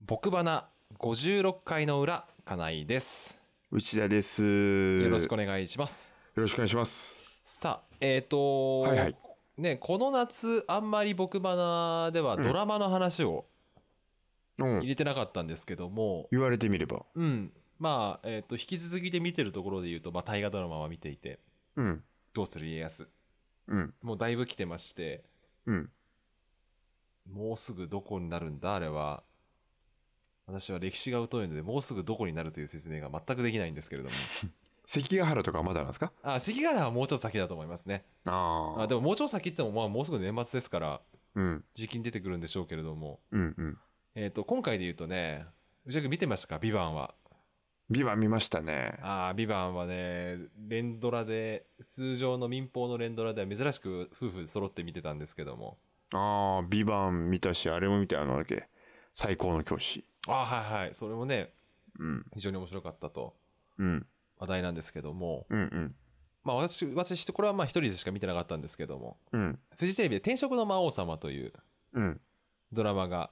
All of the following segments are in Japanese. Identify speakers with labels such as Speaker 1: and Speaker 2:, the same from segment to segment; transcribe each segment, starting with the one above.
Speaker 1: 僕花56回の裏金井です
Speaker 2: 内田です。
Speaker 1: よ
Speaker 2: よ
Speaker 1: ろしくお
Speaker 2: よ
Speaker 1: 願いします、
Speaker 2: ろしくお願いします。
Speaker 1: さあえっ、と、
Speaker 2: はいはい
Speaker 1: ねこの夏あんまり僕花ではドラマの話を
Speaker 2: う
Speaker 1: 入
Speaker 2: ん。
Speaker 1: れてなかったんですけども
Speaker 2: 言われてみれば。
Speaker 1: うん、まあえっ、と引き続きで見てるところで言うとまあ大河ドラマは見ていて
Speaker 2: うん。
Speaker 1: 「どうする家康
Speaker 2: うん。」
Speaker 1: もうだいぶ来てまして
Speaker 2: うん。
Speaker 1: もうすぐどこになるんだあれは私は歴史が疎いのでもうすぐどこになるという説明が全くできないんですけれども
Speaker 2: 関ヶ原とかまだなんですか
Speaker 1: あ関ヶ原はもうちょっと先だと思いますね
Speaker 2: あ
Speaker 1: あでももうちょっと先って言っても、まあ、もうすぐ年末ですから
Speaker 2: うん。
Speaker 1: 時期に出てくるんでしょうけれども、
Speaker 2: うん。うん。
Speaker 1: えー、と今回で言うとね内田君見てましたか「ビバンは
Speaker 2: ビバ見ましたね。
Speaker 1: ああ「ビバンはね連ドラで通常の民放の連ドラでは珍しく夫婦揃って見てたんですけども
Speaker 2: ああ、ビバン見たし、あれも見たよあのなんだっけ。最高の教師。
Speaker 1: ああはいはいそれもね
Speaker 2: うん。
Speaker 1: 非常に面白かったと
Speaker 2: うん。
Speaker 1: 話題なんですけども、
Speaker 2: うんうん。
Speaker 1: まあ私、私、これはまあ一人でしか見てなかったんですけども、
Speaker 2: うん。
Speaker 1: フジテレビで転職の魔王様という
Speaker 2: うん。
Speaker 1: ドラマが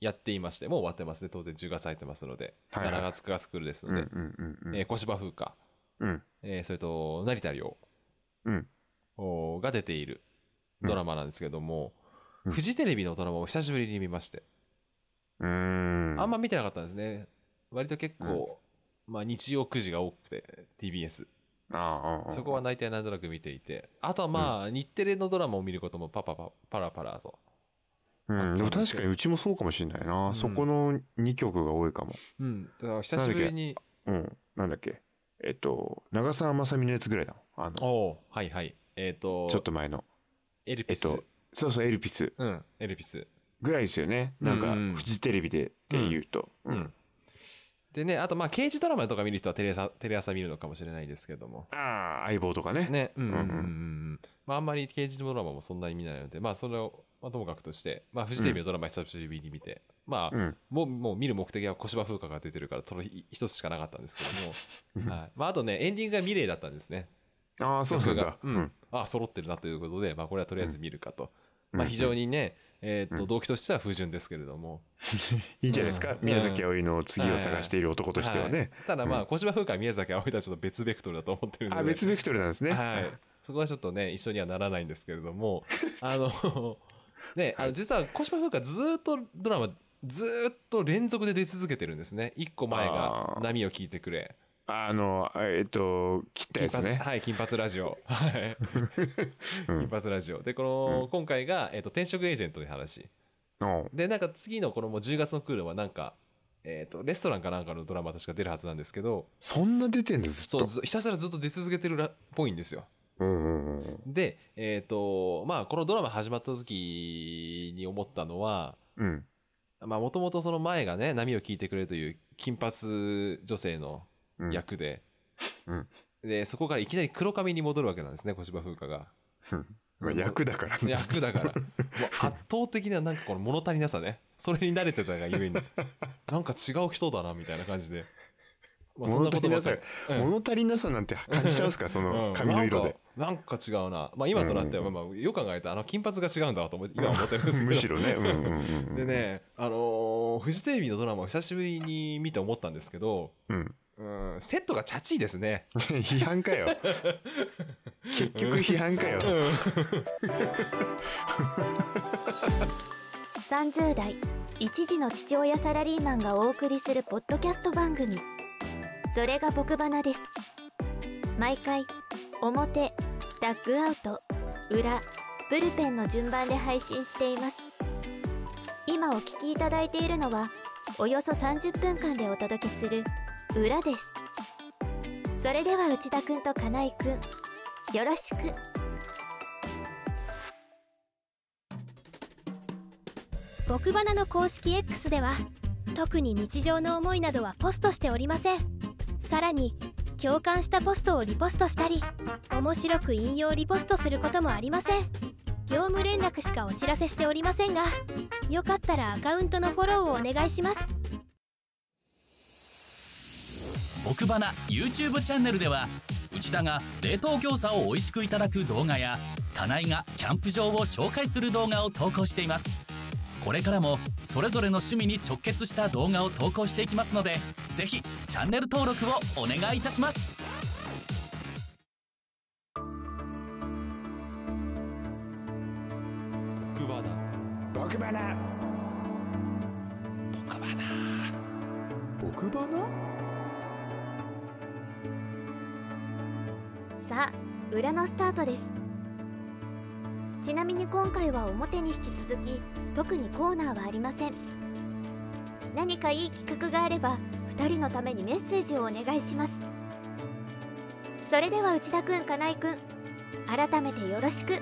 Speaker 1: やっていまして、もう終わってますね。当然10月入ってますので、
Speaker 2: はいはい
Speaker 1: 7月9月クールです
Speaker 2: うん。う
Speaker 1: の
Speaker 2: ん
Speaker 1: で、。
Speaker 2: うん。うん。
Speaker 1: えー小芝風花、
Speaker 2: うん。
Speaker 1: えーそれと成田凌
Speaker 2: うん。
Speaker 1: おーが出ているドラマなんですけども、フジテレビのドラマを久しぶりに見まして、
Speaker 2: うーん。
Speaker 1: あんま見てなかったんですね。割と結構、まあ日曜9時が多くて、TBS。
Speaker 2: ああああ。
Speaker 1: そこは大体なんとなく見ていて、あとはまあ、日テレのドラマを見ることもパパパパラパラと。
Speaker 2: うん。でも確かにうちもそうかもしれないな。そこの2曲が多いかも。
Speaker 1: うん、だから久しぶりに。
Speaker 2: うん。なんだっけ。えっと、長澤まさみのやつぐらいだもん。あの、
Speaker 1: おおはいはい。えっ、と、
Speaker 2: ちょっと前の。
Speaker 1: エル
Speaker 2: え
Speaker 1: ピ
Speaker 2: っ
Speaker 1: ス。
Speaker 2: と、そうそう、エルピス
Speaker 1: うん、エルピス。
Speaker 2: ぐらいですよね。なんか、
Speaker 1: うんうん
Speaker 2: フジテレビでっていうと。うん
Speaker 1: でね、あとまあ、刑事ドラマとか見る人はテレ朝テレ朝見るのかもしれないですけども。
Speaker 2: ああ、相棒とかね。
Speaker 1: ね、うんうんうん
Speaker 2: うん
Speaker 1: う
Speaker 2: うん
Speaker 1: ん。まあ、あんまり刑事ドラマもそんなに見ないので、まあ、それを、まあ、ともかくとして、まあ、フジテレビのドラマ久しぶりに見て、まあ、
Speaker 2: うん
Speaker 1: もう、もう見る目的は小芝風花が出てるから、その一一つしかなかったんですけども、はい。まあ、あとね、エンディングがミレイだったんですね。
Speaker 2: ああ、そうなんだ。
Speaker 1: う
Speaker 2: うんん。
Speaker 1: あ揃ってるなということで、まあ、これはとりあえず見るかと、まあ、非常にね、えー、と動機としては不純ですけれども、
Speaker 2: いいんじゃないです
Speaker 1: う
Speaker 2: か。
Speaker 1: ん
Speaker 2: 宮崎葵の次を探している男としてはね。
Speaker 1: いただまあ小芝風花宮崎葵とはちょっと別ベクトルだと思ってるので
Speaker 2: あ、別ベクトルなんですね。
Speaker 1: はい、そこはちょっとね一緒にはならないんですけれど もあのねあの実は小芝風花ずーっとドラマずーっと連続で出続けてるんですね一個前が
Speaker 2: あ
Speaker 1: 「
Speaker 2: ー
Speaker 1: 波を聞いてくれ」
Speaker 2: あの、えっと、切った
Speaker 1: 金
Speaker 2: やつ
Speaker 1: 髪
Speaker 2: ね。
Speaker 1: はい、金髪ラジオ。はい。金髪ラジオ。で、この、今回が、えっ、と、転職エージェントの話。
Speaker 2: うん
Speaker 1: で、なんか次のこのもう10月のクールは、なんか、えっ、と、レストランかなんかのドラマ確か出るはずなんですけど、
Speaker 2: そんな出てんだ、ずっ
Speaker 1: そう、
Speaker 2: と。
Speaker 1: ずひたすらずっと出続けてるらっぽいんですよ。
Speaker 2: うんうんうん。
Speaker 1: で、えっ、と、まあ、このドラマ始まった時に思ったのは、
Speaker 2: うん。
Speaker 1: まあ、もともとその前がね、波を聞いてくれという金髪女性の役で、
Speaker 2: うん
Speaker 1: で、そこからいきなり黒髪に戻るわけなんですね、小芝風花が。
Speaker 2: まあ役だからね。
Speaker 1: 役 だからもう圧倒的ななんかこの物足りなさねそれに慣れてたがゆえになんか違う人だなみたいな感じで、まあ、そんな
Speaker 2: 物
Speaker 1: こ
Speaker 2: 足
Speaker 1: と
Speaker 2: り
Speaker 1: ば
Speaker 2: な
Speaker 1: っか
Speaker 2: さ
Speaker 1: り、うん
Speaker 2: 物足りなさなんて感じちゃうんですか、その髪の色で。
Speaker 1: うんなんかなんか違うな、まあ、今となっては、まあ、よく考えたらあの金髪が違うんだわと思って今思ってるんですけど
Speaker 2: むしろね。うんうんうんうん。
Speaker 1: でねあのーフジテレビのドラマを久しぶりに見て思ったんですけど
Speaker 2: うん。
Speaker 1: うんセットがチャチいですね
Speaker 2: 批判かよ結局批判かよ、
Speaker 3: 30代一児の父親サラリーマンがお送りするポッドキャスト番組それが僕花です毎回表ダッグアウト裏ブルペンの順番で配信しています今お聞きいただいているのはおよそ30分間でお届けする裏ですそれでは内田くんと金井くんよろしく僕花の公式 X では特に日常の思いなどはポストしておりませんさらに共感したポストをリポストしたり面白く引用リポストすることもありません業務連絡しかお知らせしておりませんがよかったらアカウントのフォローをお願いします
Speaker 4: 奥花 YouTube チャンネルでは内田が冷凍餃子を美味しくいただく動画や金井がキャンプ場を紹介する動画を投稿していますこれからもそれぞれの趣味に直結した動画を投稿していきますのでぜひチャンネル登録をお願いいたします
Speaker 1: 奥花
Speaker 2: 僕花僕花
Speaker 3: さあ裏のスタートですちなみに今回は表に引き続き特にコーナーはありません何かいい企画があれば2人のためにメッセージをお願いしますそれでは内田くん金井くん改めてよろしく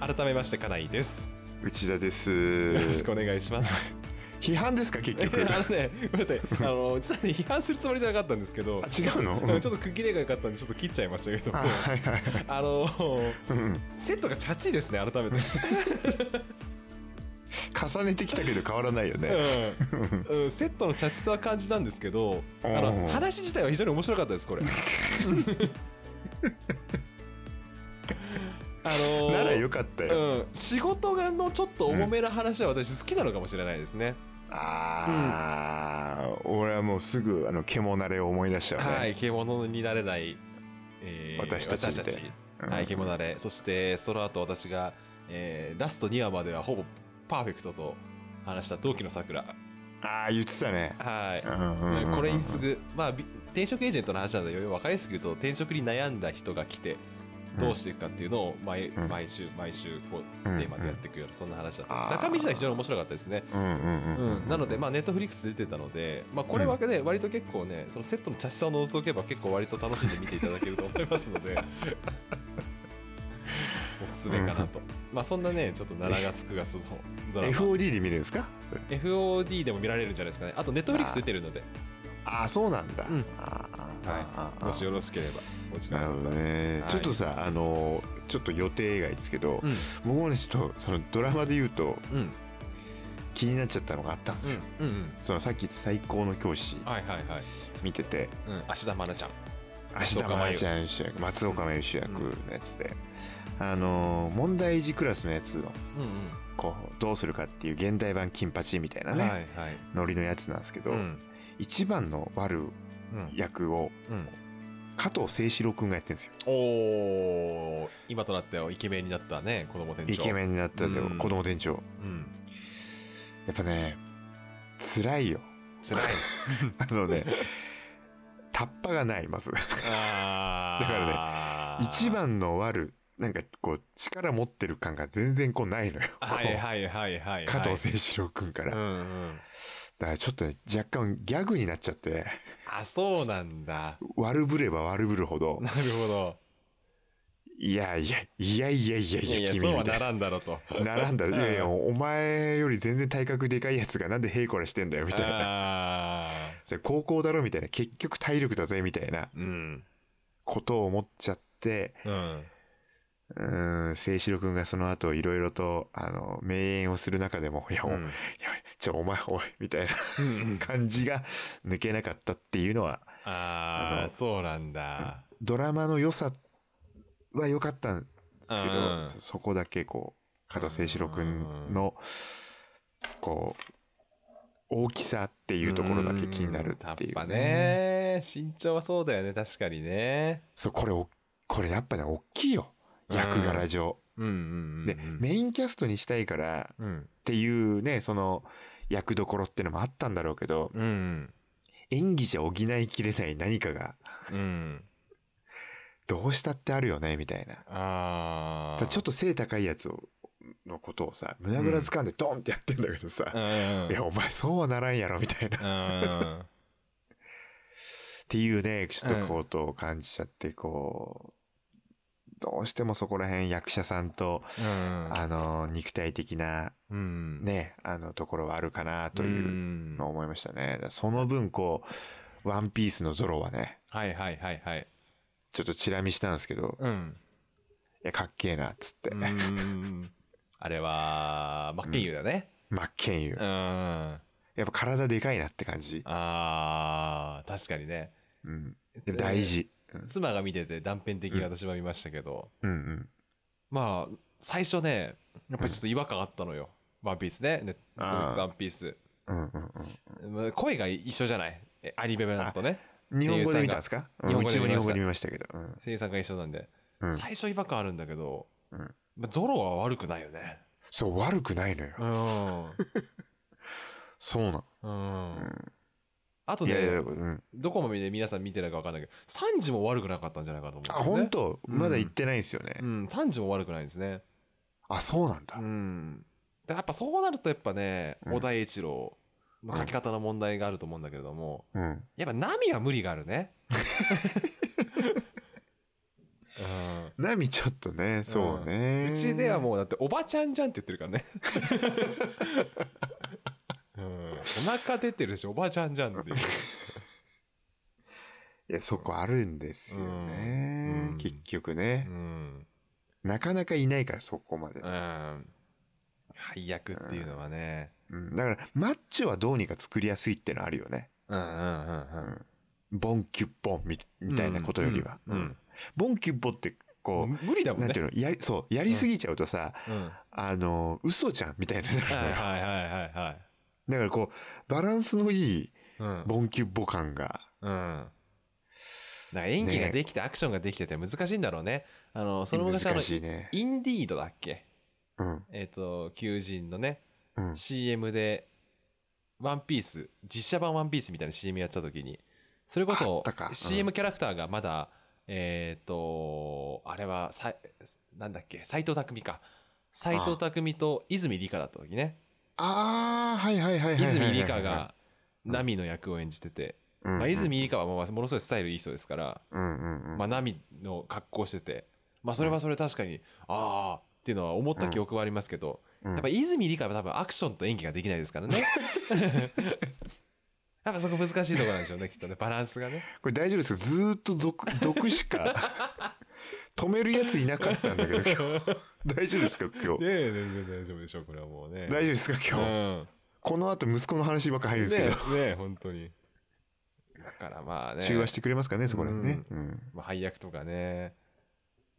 Speaker 1: 改めまして金井です
Speaker 2: 内田です
Speaker 1: よろしくお願いします
Speaker 2: 批判ですか結
Speaker 1: い
Speaker 2: 局
Speaker 1: や あのねごめんなさいあの実はね批判するつもりじゃなかったんですけど
Speaker 2: あ違う
Speaker 1: うん
Speaker 2: の
Speaker 1: ちょっと区切れが良かったんでちょっと切っちゃいましたけども
Speaker 2: あはいはいはい
Speaker 1: あの
Speaker 2: うん
Speaker 1: セットがチャチいですね改めて
Speaker 2: 重ねてきたけど変わらないよね
Speaker 1: うんうんセットのチャチさは感じたんですけどあ
Speaker 2: うん
Speaker 1: の話自体は非常に面白かったですこれ あの
Speaker 2: ならよかったよ
Speaker 1: うん、仕事がのちょっと重めな話は私好きなのかもしれないですね、
Speaker 2: あー俺はもうすぐあの獣れを思い出しちゃうね
Speaker 1: はい獣になれない、え
Speaker 2: 私たちみたい
Speaker 1: 私
Speaker 2: うん
Speaker 1: はい、獣れ、そしてその後私が、えーラスト2話まではほぼパーフェクトと話した同期の桜。
Speaker 2: ああ言ってたね
Speaker 1: はい。
Speaker 2: うんうんうんうん
Speaker 1: これに次ぐ、まあ、び転職エージェントの話なんだよ。分かりやすく言うと、転職に悩んだ人が来て、どうしていくかっていうのを毎,、
Speaker 2: ん
Speaker 1: 毎週、毎週、こう、
Speaker 2: うん
Speaker 1: テーマでやっていくような、そんな話だったん
Speaker 2: あ
Speaker 1: です。
Speaker 2: ー
Speaker 1: 中身自体非常に面白かったですね。
Speaker 2: うんうんうん
Speaker 1: うん、なので、まあ、ネットフリックス出てたので、まあ、これわけで、割と結構ね、そのセットの茶室を除けば、結構割と楽しんで見ていただけると思いますの で。おすすめかなと、まあ、そんなね、ちょっと7月9月のドラマ。
Speaker 2: FOD で見れるんですか
Speaker 1: F. O. D. でも見られるんじゃないですかね。あと、ネットフリックス出てるので、
Speaker 2: ああそうなんだ、
Speaker 1: うん
Speaker 2: あーあ
Speaker 1: はい、
Speaker 2: ー
Speaker 1: もしよろしければ、お時
Speaker 2: な
Speaker 1: 間
Speaker 2: る
Speaker 1: あ
Speaker 2: ほ
Speaker 1: れば
Speaker 2: どね、
Speaker 1: はい
Speaker 2: ちょっとさあのちょっと予定外ですけど、
Speaker 1: うん、
Speaker 2: 僕もねちょっとそのドラマで言うと
Speaker 1: うん、
Speaker 2: 気になっちゃったのがあったんですよ、
Speaker 1: うん、うん、
Speaker 2: そのさっき言った最高の教師
Speaker 1: はい、はい、はい、
Speaker 2: 見てて
Speaker 1: うん、芦田愛菜ちゃん。
Speaker 2: 芦田愛菜ちゃん主役松岡真優主役のやつで、あの問題児クラスのやつの
Speaker 1: う
Speaker 2: こうどうするかっていう現代版金八みたいなね、
Speaker 1: はい、はい、
Speaker 2: ノリのやつなんですけど、
Speaker 1: うん、
Speaker 2: 一番の悪
Speaker 1: うん、
Speaker 2: 役を
Speaker 1: うん。
Speaker 2: 加藤清史郎くんがやってるんですよ
Speaker 1: おー今となってはイケメンになったね子供店長
Speaker 2: イケメ
Speaker 1: ン、
Speaker 2: ンになったけ
Speaker 1: う
Speaker 2: ど、
Speaker 1: ん
Speaker 2: 子供店長
Speaker 1: うん、
Speaker 2: やっぱね辛いよ
Speaker 1: 辛い
Speaker 2: あのねタッパがないまず
Speaker 1: あー
Speaker 2: だから一番の悪なんかこう力持ってる感が全然こうないのよ、
Speaker 1: はいはいはいはい、はい、
Speaker 2: こう加藤清史郎くんから、
Speaker 1: うんう
Speaker 2: だ
Speaker 1: ん
Speaker 2: からちょっとね若干ギャグになっちゃって
Speaker 1: あそうなんだ
Speaker 2: 悪ぶれば悪ぶるほど
Speaker 1: なるほど
Speaker 2: いやいやいやいやいや
Speaker 1: いや
Speaker 2: い
Speaker 1: い
Speaker 2: や
Speaker 1: や
Speaker 2: 君
Speaker 1: そう
Speaker 2: み
Speaker 1: は
Speaker 2: た
Speaker 1: ない
Speaker 2: な
Speaker 1: らんだろと
Speaker 2: 並んだいやいや
Speaker 1: うん
Speaker 2: お前より全然体格でかいやつがなんでへいこらしてんだよみたい
Speaker 1: あ
Speaker 2: なそれ高校だろみたいな結局体力だぜみたいな
Speaker 1: ーうん
Speaker 2: ことを思っちゃって、
Speaker 1: うん
Speaker 2: うーん、聖四郎くんがその後いろいろと、あの、名演をする中でも、いや、お
Speaker 1: う
Speaker 2: い
Speaker 1: ん
Speaker 2: やちょ、お前、おい、みたいな
Speaker 1: うん
Speaker 2: 感じが抜けなかったっていうのは、あ
Speaker 1: あ
Speaker 2: の
Speaker 1: あそうなんだ
Speaker 2: ドラマの良さは良かったんですけど、
Speaker 1: うん
Speaker 2: そそこだけこう、加藤聖四郎くんの、こう、大きさっていうところだけ気になるっていう。
Speaker 1: やっぱ。ね身長はそうだよね確かにね
Speaker 2: そう、これお、これやっぱね、大きいよ。役柄上。
Speaker 1: うんうんうん
Speaker 2: で、メインキャストにしたいから、
Speaker 1: うん
Speaker 2: っていうね、その役どころってのもあったんだろうけど、
Speaker 1: うんうん
Speaker 2: 演技じゃ補いきれない何かが
Speaker 1: うん
Speaker 2: どうしたってあるよね、みたいな。
Speaker 1: あ
Speaker 2: だか
Speaker 1: あ
Speaker 2: らちょっと背高いやつを、のことをさ、胸ぐら掴んでドンってやってんだけどさ、いや、お前そうはならんやろ、みたいな。
Speaker 1: う
Speaker 2: っ
Speaker 1: ん
Speaker 2: ていうね、ちょっとことを感じちゃって、こう、どうしてもそこら辺役者さんと、
Speaker 1: うん
Speaker 2: あの、肉体的な
Speaker 1: うん
Speaker 2: ね、あの、ところはあるかな、と
Speaker 1: う
Speaker 2: いうんのを思いましたね。だからその分、こう、ワンピースのゾロはね、
Speaker 1: はいはいはいはい
Speaker 2: ちょっとチラ見したんですけど、い
Speaker 1: うん
Speaker 2: や、かっけえな、っつって。
Speaker 1: うーんあれは真剣佑だね
Speaker 2: 真っ健優
Speaker 1: うん。あ
Speaker 2: やっぱ体でかいなって感じ。
Speaker 1: あー確かにね
Speaker 2: うん。で大事。うん
Speaker 1: 妻が見てて断片的に私は見ましたけど、
Speaker 2: うんうん。
Speaker 1: まあ最初ねやっぱりちょっと違和感あったのよ「ワンピースね「ネットフリックス
Speaker 2: あー
Speaker 1: ワンピース
Speaker 2: うんうん
Speaker 1: まあ声が一緒じゃないえアニメ版とね
Speaker 2: うん。日本語で見たんですか
Speaker 1: 声優さんが
Speaker 2: うちも
Speaker 1: 日本語
Speaker 2: 日本語
Speaker 1: で
Speaker 2: で見ましたけど。うん
Speaker 1: 声優さんが一緒なんで、
Speaker 2: うん
Speaker 1: 最初違和感あるんだけど、
Speaker 2: うん
Speaker 1: まあ、ゾロは悪くないよね
Speaker 2: そう、悪くないのよ。
Speaker 1: ん、
Speaker 2: そうなの。
Speaker 1: うん、あと
Speaker 2: い
Speaker 1: ね
Speaker 2: やいや、うん。
Speaker 1: どこまで皆さん見てないか分かんないけどサンジも悪くなかったんじゃないかと思
Speaker 2: あ、
Speaker 1: うんですよね
Speaker 2: 本当
Speaker 1: うん
Speaker 2: まだ行ってないんですよね。
Speaker 1: うんサンジも悪くないですね
Speaker 2: あ、そうなんだ
Speaker 1: う。んでやっぱそうなるとやっぱね
Speaker 2: うん
Speaker 1: 小田栄一郎の書き方の問題があると思うんだけれども、
Speaker 2: うん。
Speaker 1: やっぱ波は無理があるねうん
Speaker 2: ナミちょっとね、そうね。
Speaker 1: うちではもうだっておばちゃんじゃんって言ってるからね。うん、お腹出てるしおばちゃんじゃんっていう。
Speaker 2: いや、そこあるんですよね。
Speaker 1: うん
Speaker 2: 結局ね、
Speaker 1: うん、
Speaker 2: なかなかいないから、そこまで。
Speaker 1: うん、配役っていうのはね。
Speaker 2: うんだから、マッチョはどうにか作りやすいってのあるよね。
Speaker 1: うんうんうんうん。
Speaker 2: ボンキュッボンみみたいなことよりは。
Speaker 1: うんうん
Speaker 2: うんボンキュッボンって、こう、
Speaker 1: 無理だもん
Speaker 2: なん
Speaker 1: ね
Speaker 2: てい。うのやり、そう、やりすぎちゃうとさ、
Speaker 1: うんは
Speaker 2: あの、嘘じゃんみたいになる
Speaker 1: い
Speaker 2: の
Speaker 1: はい
Speaker 2: よ。
Speaker 1: はいはいはい。
Speaker 2: だからこう、バランスのいい
Speaker 1: うん
Speaker 2: ボンキュッボ感が、
Speaker 1: うん。だから演技ができて、アクションができてて難しいんだろうね。あの、その昔あの
Speaker 2: 難、しいね。
Speaker 1: インディードだっけ
Speaker 2: うん。
Speaker 1: えっ、と、求人のね、
Speaker 2: うん。
Speaker 1: CM で、ワンピース、実写版ワンピースみたいな CM やってた時に、それこ
Speaker 2: あっ
Speaker 1: そ
Speaker 2: たかうん
Speaker 1: CM キャラクターがまだ、えっ、と、あれはさ、なんだっけ、斎藤匠か。斎藤匠と泉里香だった時ね。
Speaker 2: ああ、はいはいはいはいはいはいはい。
Speaker 1: 泉里香が、ナミの役を演じてて、
Speaker 2: うん、
Speaker 1: まあ、泉里香はもうものすごいスタイルいい人ですから、
Speaker 2: うんうんうん。
Speaker 1: まあ、ナミの格好してて、まあ、それはそれ確かに、ああっていうのは思った記憶はありますけど、
Speaker 2: うん
Speaker 1: やっぱ泉理香は多分アクションと演技ができないですから ね。やっぱそこ難しいところなんでしょうね、きっとね、バランスがね。
Speaker 2: これ大丈夫ですかずーっと毒 毒しか止めるやついなかったんだけど 今日大丈夫ですか今日
Speaker 1: え、全然大丈夫でしょう、これはもうね
Speaker 2: 大丈夫ですか今日、
Speaker 1: うん
Speaker 2: この後息子の話ばっか入るんですけ
Speaker 1: ね
Speaker 2: ど、
Speaker 1: え、ねえ本当に。だからまあね、
Speaker 2: 中和してくれますかねそこら辺ね、
Speaker 1: う
Speaker 2: うん
Speaker 1: まあ、配役とかね。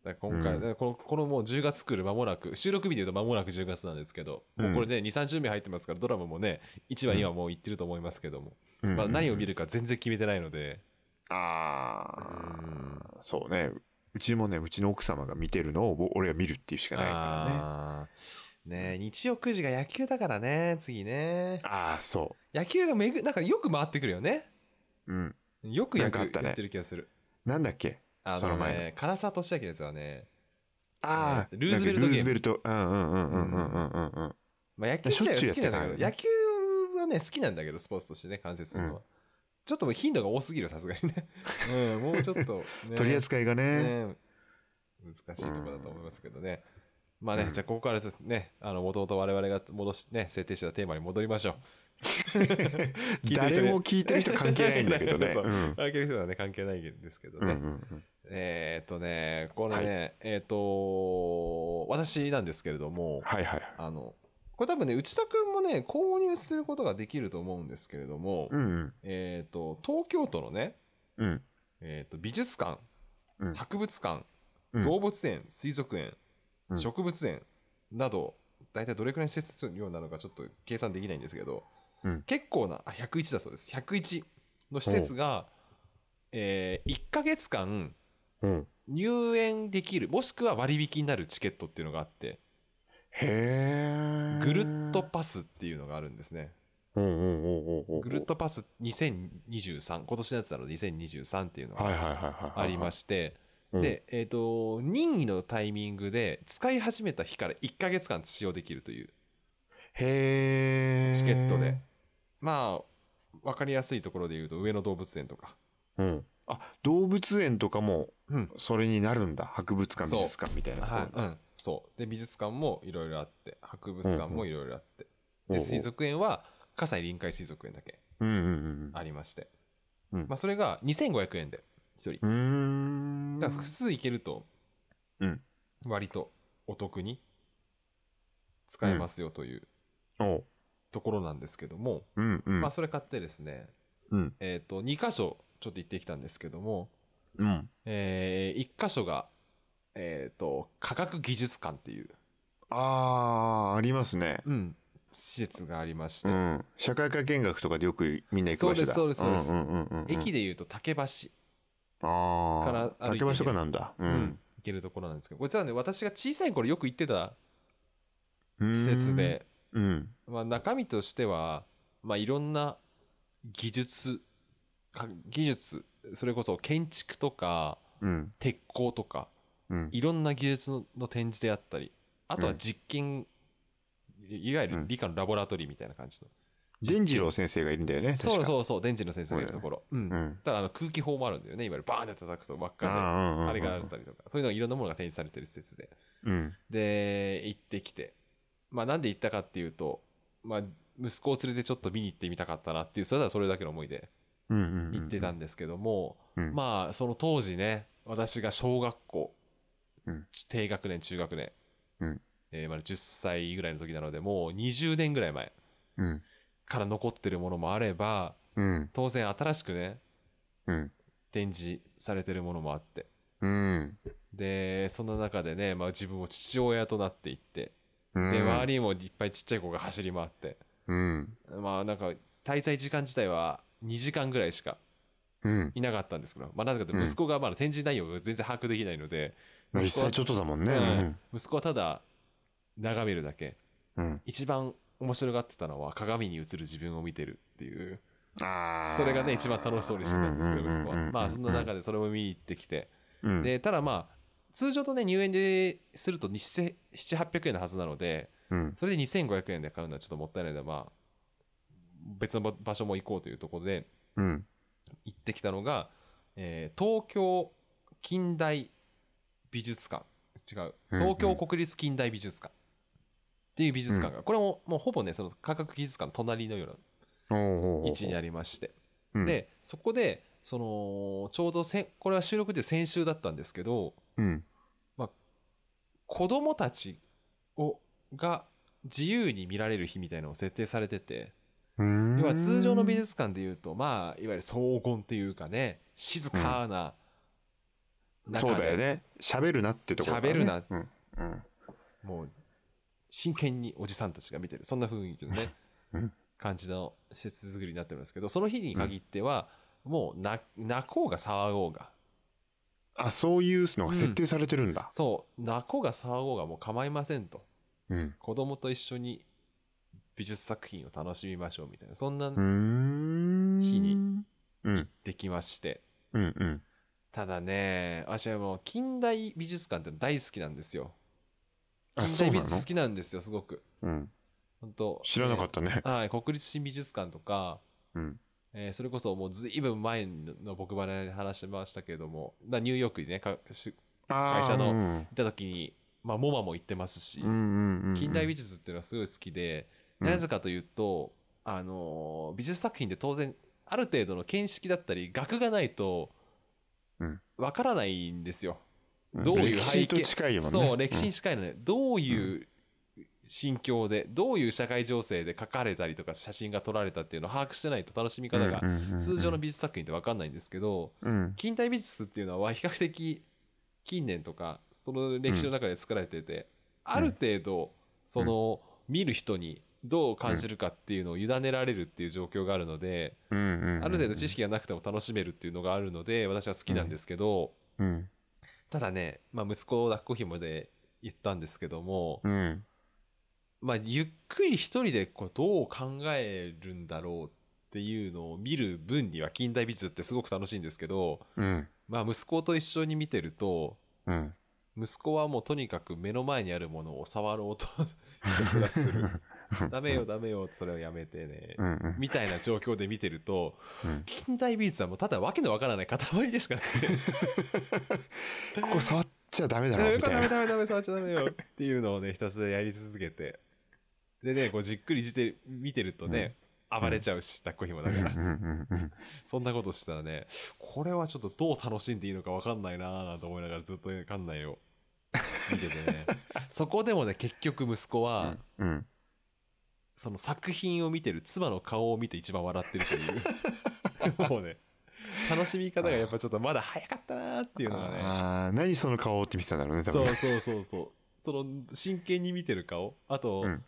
Speaker 1: だから今回、
Speaker 2: う
Speaker 1: だ
Speaker 2: ん
Speaker 1: からこのこのもう10月来る間もなく、収録日で言うと間もなく10月なんですけど、もうこれね、2、30名入ってますから、ドラマもね、1話、2話もういってると思いますけども、
Speaker 2: うん
Speaker 1: まあ、何を見
Speaker 2: る
Speaker 1: るか全然決めてないので、
Speaker 2: あ
Speaker 1: う
Speaker 2: あ
Speaker 1: ん
Speaker 2: そうねうちもねうちの奥様が見てるのをぼ俺が見るっていうしかないからね
Speaker 1: あーねえ日曜9時が野球だからね次ね
Speaker 2: ああーそ
Speaker 1: 野球がめぐなんかよく回ってくるよね
Speaker 2: ううん
Speaker 1: よく
Speaker 2: な
Speaker 1: 野
Speaker 2: んかあ
Speaker 1: 球
Speaker 2: ったね
Speaker 1: やってる気がする、
Speaker 2: なんだっけ
Speaker 1: あ
Speaker 2: そ
Speaker 1: の
Speaker 2: の前
Speaker 1: ね唐沢俊明のやつはね、
Speaker 2: ああ
Speaker 1: ルーズベルトゲー
Speaker 2: ル
Speaker 1: ム
Speaker 2: ーズベルトうんうんうんうんうんうんうんうん
Speaker 1: まあ、野球自体は好きなんだけど、
Speaker 2: しょ
Speaker 1: 野
Speaker 2: っ
Speaker 1: 球はね好きなんだけどスポーツとしてね観節するのは、
Speaker 2: うん
Speaker 1: ちょっと頻度が多すぎるさすがに ね、うん、もうちょっと、ね、
Speaker 2: 取り扱いがね
Speaker 1: ね難しいところだと思いますけどね、まあね、じゃあここからですねもともと我々が戻し、ね、設定してたテーマに戻りましょう聞いてる人ね
Speaker 2: 誰も聞いてる人関係ないんだけど ね
Speaker 1: そう
Speaker 2: う
Speaker 1: 関
Speaker 2: ん
Speaker 1: 係る人はね、関係ないんですけど
Speaker 2: うん
Speaker 1: ね。
Speaker 2: うんうん
Speaker 1: えーっとね、これね、えーっと、私なんですけれども、
Speaker 2: はいはいはい。
Speaker 1: あの、これ多分ね、内田くんもね、購入することができると思うんですけれども、
Speaker 2: うんうん
Speaker 1: えーっと、東京都のね、
Speaker 2: うん
Speaker 1: えーっと、美術館、
Speaker 2: うん
Speaker 1: 博物館、
Speaker 2: うん
Speaker 1: 動物園、水族園、
Speaker 2: うん
Speaker 1: 植物園など、大体どれくらい施設量なのかちょっと計算できないんですけど、
Speaker 2: うん
Speaker 1: 結構な、あ、101だそうです。101の施設が、え1ヶ月間
Speaker 2: うん。
Speaker 1: 入園できる、もしくは割引になるチケットっていうのがあって、
Speaker 2: へえ。
Speaker 1: ぐるっと。パスっていうのがあるんですね。
Speaker 2: うんうんうんうんうん。
Speaker 1: ぐるっ。とパス2023、今年のやつだろう、2023っていうのが
Speaker 2: はいはいはいはい。
Speaker 1: ありまして、
Speaker 2: うん
Speaker 1: で、えっ、と、任意のタイミングで使い始めた日から1ヶ月間使用できるという
Speaker 2: へえ。
Speaker 1: チケットで。。まあ、わかりやすいところで言うと、上野動物園とか。
Speaker 2: うん。あ、動物園とかも
Speaker 1: うん。
Speaker 2: それになるんだ。博物館
Speaker 1: そう
Speaker 2: 美術館みたいな。
Speaker 1: はい。うん。そう。で、美術館もいろいろあって、博物館もいろいろあって。
Speaker 2: うんうん
Speaker 1: で、水族園は、葛西臨海水族園だけ
Speaker 2: うんうん
Speaker 1: ありまして。
Speaker 2: うん
Speaker 1: まあ、それが2500円で、一人。
Speaker 2: うん。うーん。
Speaker 1: だから複数行けると、
Speaker 2: うん
Speaker 1: 割とお得に使えますよという
Speaker 2: おう。
Speaker 1: ところなんですけども、
Speaker 2: うんうん。
Speaker 1: まあ、それ買ってですね、
Speaker 2: うん。
Speaker 1: えっ、と、2箇所ちょっと行ってきたんですけども、
Speaker 2: うん。
Speaker 1: えー、一箇所が、えー、と科学技術館っていう、
Speaker 2: あー、ありますね。
Speaker 1: うん、施設がありまして、
Speaker 2: うん。社会科見学とかでよくみんな行く場所だ。
Speaker 1: そうですそうですそうです
Speaker 2: んうんうんうん、
Speaker 1: 駅でいうと竹橋、
Speaker 2: あ
Speaker 1: から
Speaker 2: あ。
Speaker 1: 歩いて
Speaker 2: 竹橋とかなんだ。う
Speaker 1: うん
Speaker 2: ん。
Speaker 1: 行けるところなんですけどこれ実はね私が小さい頃よく行ってた
Speaker 2: うん
Speaker 1: 施設。で、
Speaker 2: うん。
Speaker 1: まあ、中身としては、まあ、いろんな技術か技術それこそ建築とか
Speaker 2: うん。
Speaker 1: 鉄鋼とか
Speaker 2: うん。
Speaker 1: いろんな技術のの展示であったりあとは実験、いいわゆる理科のラボラトリーみたいな感じの、
Speaker 2: 伝次郎先生がいるんだよね。
Speaker 1: そう
Speaker 2: う。
Speaker 1: そうそう電池の先生がいるところ、うん
Speaker 2: うん。
Speaker 1: ただあの空気砲もあるんだよねいわゆるバーンって叩くと真っ赤で
Speaker 2: ああうんうんうんうん
Speaker 1: あれがあったりとかそういうのがいろんなものが展示されてる施設で
Speaker 2: うん。
Speaker 1: で行ってきてまあなんで行ったかっていうとまあ息子を連れてちょっと見に行ってみたかったなっていうそれではそれだけの思いで
Speaker 2: うんうんうん。
Speaker 1: 行ってたんですけども、
Speaker 2: うん
Speaker 1: まあその当時ね私が小学校、
Speaker 2: うん
Speaker 1: 低学年中学年、
Speaker 2: うん
Speaker 1: えーまだ10歳ぐらいの時なのでもう20年ぐらい前
Speaker 2: うん。
Speaker 1: から残ってるものもあれば
Speaker 2: うん。
Speaker 1: 当然新しくね
Speaker 2: うん。
Speaker 1: 展示されてるものもあって
Speaker 2: うん。
Speaker 1: でそんな中でね、まあ、自分も父親となっていって
Speaker 2: うん。
Speaker 1: で周りにもいっぱいちっちゃい子が走り回って
Speaker 2: うん。
Speaker 1: まあなんか滞在時間自体は2時間ぐらいしか
Speaker 2: うん。
Speaker 1: いなかったんですけど、まあ、なぜかというと息子がまだ展示内容が全然把握できないので、
Speaker 2: まあ一
Speaker 1: 息子は
Speaker 2: 歳ちょっとだもんね。
Speaker 1: うん息子はただ眺めるだけ
Speaker 2: うん。うん
Speaker 1: 一番面白がってたのは鏡に映る自分を見てるっていう
Speaker 2: あー
Speaker 1: それがね一番楽しそうにしてたんですけど
Speaker 2: うんうんうん
Speaker 1: 息子は
Speaker 2: うんうん
Speaker 1: まあそんな中でそれも見に行ってきて
Speaker 2: うん。
Speaker 1: でただまあ通常とね入園ですると7800円のはずなので
Speaker 2: うん。
Speaker 1: それで2500円で買うのはちょっともったいないのでまあ別の場所も行こうというところで
Speaker 2: うん。
Speaker 1: 行ってきたのが、えー東京近代美術館違う
Speaker 2: うん
Speaker 1: 東京国立近代美術館っていう美術館が、これももうほぼねその科学技術館の隣のよう
Speaker 2: おうおうおう
Speaker 1: な位置にありまして、
Speaker 2: うん、
Speaker 1: でそこでそのちょうどせんこれは収録で先週だったんですけど
Speaker 2: うん。
Speaker 1: 子どもたちをが自由に見られる日みたいなのを設定されてて
Speaker 2: うん
Speaker 1: 要は通常の美術館でいうとまあいわゆる荘厳というかね静かな中
Speaker 2: そ
Speaker 1: で、
Speaker 2: うだよね。喋るなってところだね。
Speaker 1: 喋るな
Speaker 2: うん。うん。
Speaker 1: もう真剣におじさんたちが見てるそんな雰囲気のね
Speaker 2: うん
Speaker 1: 感じの施設作りになってるんですけどその日に限ってはもう泣泣こうが騒ごうが
Speaker 2: あ、そういうのが設定されてるんだ。
Speaker 1: そう泣こうが騒ごうがもう構いませんと
Speaker 2: うん。
Speaker 1: 子供と一緒に美術作品を楽しみましょうみたいなそんな
Speaker 2: うん。
Speaker 1: 日に
Speaker 2: うん。
Speaker 1: できまして
Speaker 2: うんうん。
Speaker 1: ただね私はもう近代美術館っての大好きなんですよ
Speaker 2: あ
Speaker 1: 近代美
Speaker 2: そうな
Speaker 1: 術
Speaker 2: の
Speaker 1: 好きなんですよすごく
Speaker 2: うん。
Speaker 1: 本当
Speaker 2: 知らなかったね。
Speaker 1: はい国立新美術館とか
Speaker 2: うん。
Speaker 1: えーそれこそもうずいぶん前の僕ばで話してましたけれども、まあ、ニューヨークにねかし行会社の
Speaker 2: うん
Speaker 1: った時に、まあ、モマも行ってますし、
Speaker 2: うんうん。
Speaker 1: 近代美
Speaker 2: 術。
Speaker 1: 術っていうのはすごい好きで、
Speaker 2: うん
Speaker 1: なぜかというと、あのー美術作品って当然ある程度の見識だったり学がないと
Speaker 2: うん
Speaker 1: わからないんですよ。どういう
Speaker 2: 歴
Speaker 1: 背
Speaker 2: 史
Speaker 1: 景
Speaker 2: と近いよね。
Speaker 1: そう歴史に近いので、どういう心境でどういう社会情勢で描かれたりとか写真が撮られたっていうのを把握してないと楽しみ方が通常の美術作品って分かんないんですけど
Speaker 2: うん。
Speaker 1: 近代美術っていうのは比較的近年とかその歴史の中で作られててある程度その見る人にどう感じるかっていうのを委ねられるっていう状況があるので
Speaker 2: うんうんうん。
Speaker 1: ある程度知
Speaker 2: 識。
Speaker 1: 識がなくても楽しめるっていうのがあるので私は好きなんですけど
Speaker 2: うん。
Speaker 1: ただねまあ息子を抱っこひもで行ったんですけども
Speaker 2: うん。
Speaker 1: まあゆっくり一人でこうどう考えるんだろうっていうのを見る分には近代美術ってすごく楽しいんですけど
Speaker 2: うん。
Speaker 1: まあ息子と一緒に見てると
Speaker 2: うん。
Speaker 1: 息子はもうとにかく目の前にあるものを触ろうと ひたすらするダメよダメよそれをやめてね
Speaker 2: うんうん。
Speaker 1: みたいな状況で見てると
Speaker 2: うん
Speaker 1: 近代美術はもうただわけのわからない塊でしかなくて
Speaker 2: ここ触っちゃダメだ
Speaker 1: ダメ
Speaker 2: ろみ
Speaker 1: ダ
Speaker 2: た
Speaker 1: メ
Speaker 2: いな。
Speaker 1: ダメダメ触っちゃダメよ っていうのをねひたすらやり続けてでねこうじっくりして見てるとね、暴れちゃうし抱っこひもだから
Speaker 2: うんうんうん。
Speaker 1: そんなことしてたらねこれはちょっとどう楽しんでいいのか分かんないなーなんて思いながらずっと館内を見てて ねそこでもね結局息子は、
Speaker 2: うん。
Speaker 1: その作品を見てる妻の顔を見て一番笑ってるというもうね楽しみ方がやっぱちょっとまだ早かったなーっていうのがね
Speaker 2: あー何その顔って見てたんだろうね多
Speaker 1: そ
Speaker 2: 分
Speaker 1: うそうそうそうその真剣に見てる顔あと、
Speaker 2: うん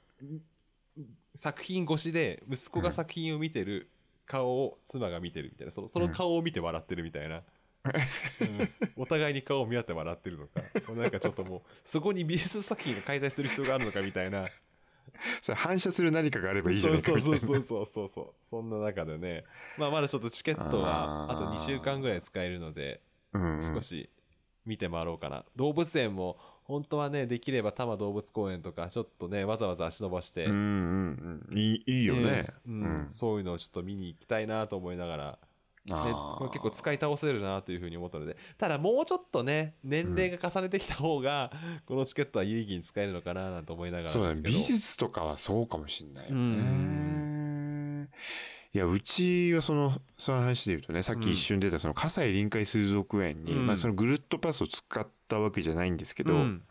Speaker 1: 作品越しで息子が作品を見てる顔を妻が見てるみたいなそのその顔を見て笑ってるみたいな、 うんお互いに顔を見合って笑ってるのかもうなんかちょっともうそこに美術作品が開催する必要があるのかみたいな
Speaker 2: それ反射する何かがあればいいじゃ
Speaker 1: そ
Speaker 2: な
Speaker 1: う
Speaker 2: いか
Speaker 1: そう
Speaker 2: みたい
Speaker 1: そ
Speaker 2: な
Speaker 1: うそうそうそうそうそんな中でねまあまだちょっとチケットはあ
Speaker 2: あー
Speaker 1: と2週間ぐらい使えるので
Speaker 2: うんうん
Speaker 1: 少し見て回ろうかな、動物園も本当はねできれば多摩動物公園とかちょっとねわざわざ足伸ばして、
Speaker 2: うんうんうんいいいいよね
Speaker 1: えーうんそういうのをちょっと見に行きたいなと思いながら、ね、
Speaker 2: あー
Speaker 1: これ結構使い倒せるなというふうに思ったのでただもうちょっとね年齢が重ねてきた方が、このチケットは有意義に使えるのかななんて思いながら
Speaker 2: そう
Speaker 1: なん
Speaker 2: だ
Speaker 1: で
Speaker 2: ね
Speaker 1: すけど
Speaker 2: 美術とかはそうかもしんないよね、
Speaker 1: うん
Speaker 2: いやうちはそのその話で言うとねさっき一瞬出たその葛西臨海水族園に、
Speaker 1: うん
Speaker 2: まあ、そのぐるっとパスを使ったわけじゃないんですけど、
Speaker 1: うん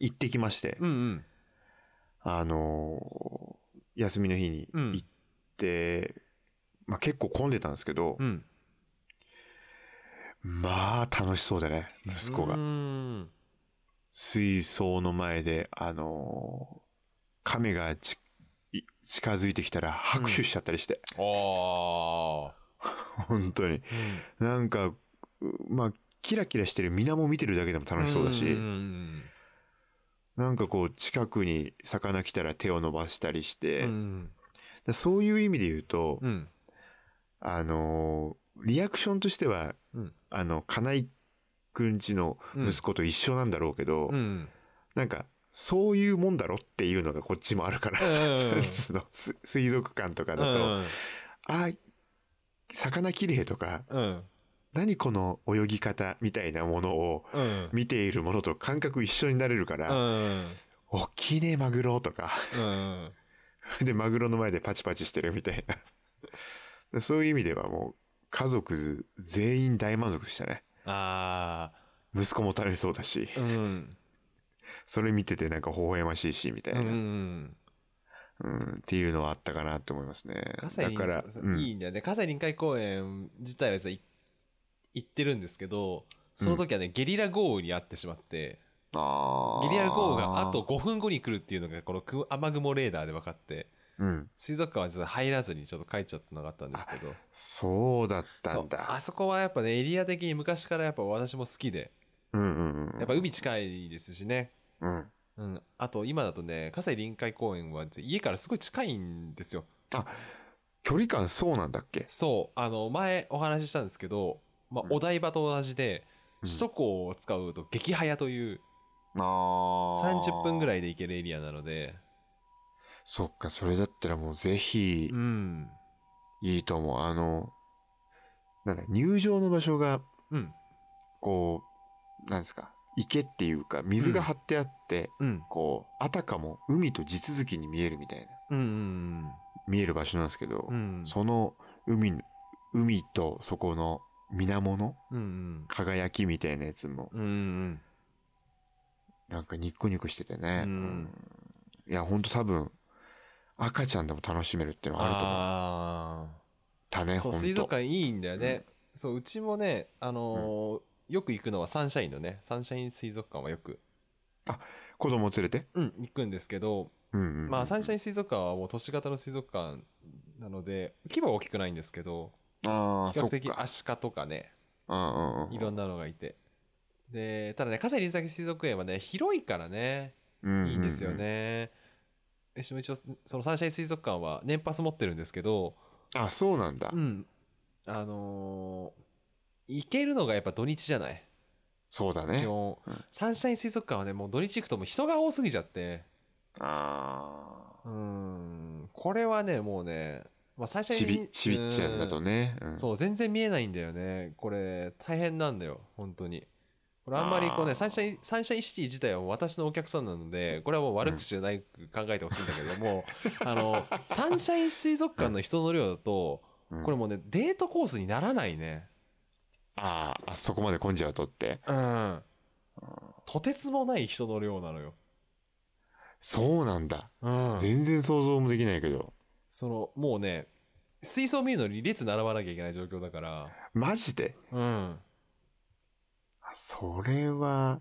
Speaker 2: 行ってきまして、
Speaker 1: うんうん
Speaker 2: あのー休みの日に
Speaker 1: うん
Speaker 2: 行って、まあ、結構混んでたんですけど、
Speaker 1: うん
Speaker 2: まあ楽しそうでね息子が
Speaker 1: うん
Speaker 2: 水槽の前であのー亀がちい近づいてきたら拍手しちゃったりして、
Speaker 1: ああ、
Speaker 2: 本当になんかうまあキラキラしてる水面を見てるだけでも楽しそうだし、
Speaker 1: んんうん
Speaker 2: なんかこう近くに魚来たら手を伸ばしたりし
Speaker 1: うんう
Speaker 2: て、
Speaker 1: ん
Speaker 2: だそういう意味で言うと、
Speaker 1: うん
Speaker 2: あのーリアクションとしては、
Speaker 1: うん
Speaker 2: あの金井くんちの息子と一緒なんだろうけど、
Speaker 1: うんうん
Speaker 2: なんかそういうもんだろっていうのがこっちもあるから、
Speaker 1: うん
Speaker 2: そのす水族館とかだと、あ魚綺麗とか
Speaker 1: うん
Speaker 2: 何この泳ぎ方みたいなものを
Speaker 1: うん
Speaker 2: 見ているものと感覚一緒になれるか
Speaker 1: う
Speaker 2: ら、
Speaker 1: ん
Speaker 2: おっきいねマグロとか
Speaker 1: うん
Speaker 2: でマグロの前でパチパチしてるみたいな でそういう意味ではもう家族全員大満足でしたね
Speaker 1: あ
Speaker 2: 息子も楽しそうだし
Speaker 1: あうん
Speaker 2: それ見ててなんか微笑ましいしみたい
Speaker 1: うんう
Speaker 2: な、
Speaker 1: ん
Speaker 2: う
Speaker 1: うんん
Speaker 2: っていうのはあったかなと思いますね
Speaker 1: 葛
Speaker 2: だ
Speaker 1: 西
Speaker 2: から、うん
Speaker 1: いいんだよね葛西臨海公園自体はさい行ってるんですけどその時はね、ゲリラ豪雨にあってしまって
Speaker 2: あー
Speaker 1: ゲリラ豪雨があと、5分後に来るっていうのがこのく雨雲レーダーで分かって
Speaker 2: うん、
Speaker 1: 水族館は実は入らずにちょっと帰っちゃったのがあったんですけど
Speaker 2: そうだったん
Speaker 1: そうあ
Speaker 2: だ
Speaker 1: そこはやっぱねエリア的に昔からやっぱ私も好きで
Speaker 2: うんうんうん
Speaker 1: やっぱ海近いですしね
Speaker 2: うん
Speaker 1: うん、あと今だとね葛西臨海公園は家からすごい近いんですよ
Speaker 2: 距離感そうなんだっけ
Speaker 1: そうあの前お話ししたんですけど、まあ、お台場と同じで、
Speaker 2: うん
Speaker 1: 首都高を使うと激早という
Speaker 2: あ30
Speaker 1: 30分ぐ
Speaker 2: い
Speaker 1: らいで行けるエリアなので
Speaker 2: そっかそれだったらもうぜひ
Speaker 1: うん
Speaker 2: いいと思うあのなんだ入場の場所が
Speaker 1: うん
Speaker 2: こうなんですか池っていうか水が張ってあって、
Speaker 1: うん
Speaker 2: こうあたかも海と地続きに見えるみたいな
Speaker 1: うんうん
Speaker 2: 見える場所なんですけど、
Speaker 1: うん
Speaker 2: その海の海とそこの水面の
Speaker 1: うんうん
Speaker 2: 輝きみたいなやつも
Speaker 1: うんうん
Speaker 2: なんかニッコニコしててね、
Speaker 1: うん
Speaker 2: うんいやほんと多分赤ちゃんでも楽しめるっていうのはあると思っ
Speaker 1: あ
Speaker 2: たね
Speaker 1: ーそう
Speaker 2: ほんと
Speaker 1: 水族館いいんだよね、そううちもねあのーよく行くのはサンシャインのねサンシャイン水族館はよく、
Speaker 2: 子供連れて、
Speaker 1: うん、行くんですけど
Speaker 2: うんうんうん
Speaker 1: まあ、サンシャイン水族館はもう都市型の水族館なので規模は大きくないんですけど
Speaker 2: あー
Speaker 1: 比較的
Speaker 2: そっか
Speaker 1: アシカとかね
Speaker 2: うんうんうん
Speaker 1: いろんなのがいてでただね葛西臨崎水族園はね広いからね
Speaker 2: うんうんうん
Speaker 1: いいんですよね、私も一応そのサンシャイン水族館は年パス持ってるんですけど、
Speaker 2: あそうなんだ、
Speaker 1: うんあのー行けるのがやっぱ土日じゃない
Speaker 2: そうだ
Speaker 1: 基
Speaker 2: ね
Speaker 1: 本
Speaker 2: うん
Speaker 1: サンシャイン水族館はねもう土日行くともう人が多すぎちゃって
Speaker 2: あ
Speaker 1: うーんこれはねもうね、まあ、最
Speaker 2: ー
Speaker 1: 初
Speaker 2: ち
Speaker 1: に
Speaker 2: びちびっちゃんだとね、うん
Speaker 1: そう全然見えないんだよねこれ大変なんだよ本当にこれあんまりこう
Speaker 2: あ
Speaker 1: ね
Speaker 2: ー
Speaker 1: サンシャインサンシャインシティ自体はもう私のお客さんなのでこれはもう悪口じゃないく考えてほしいんだけども、あのサンシャイン水族館の人の量だと
Speaker 2: うん
Speaker 1: これもうねデートコースにならないね
Speaker 2: あーあそこまで混んじゃうとって
Speaker 1: うんとてつもない人の量なのよ、
Speaker 2: そうなんだ、
Speaker 1: うん
Speaker 2: 全然想像もできないけど
Speaker 1: そのもうね水槽見るのに列並ばなきゃいけない状況だから、
Speaker 2: マジで
Speaker 1: うん、
Speaker 2: それは、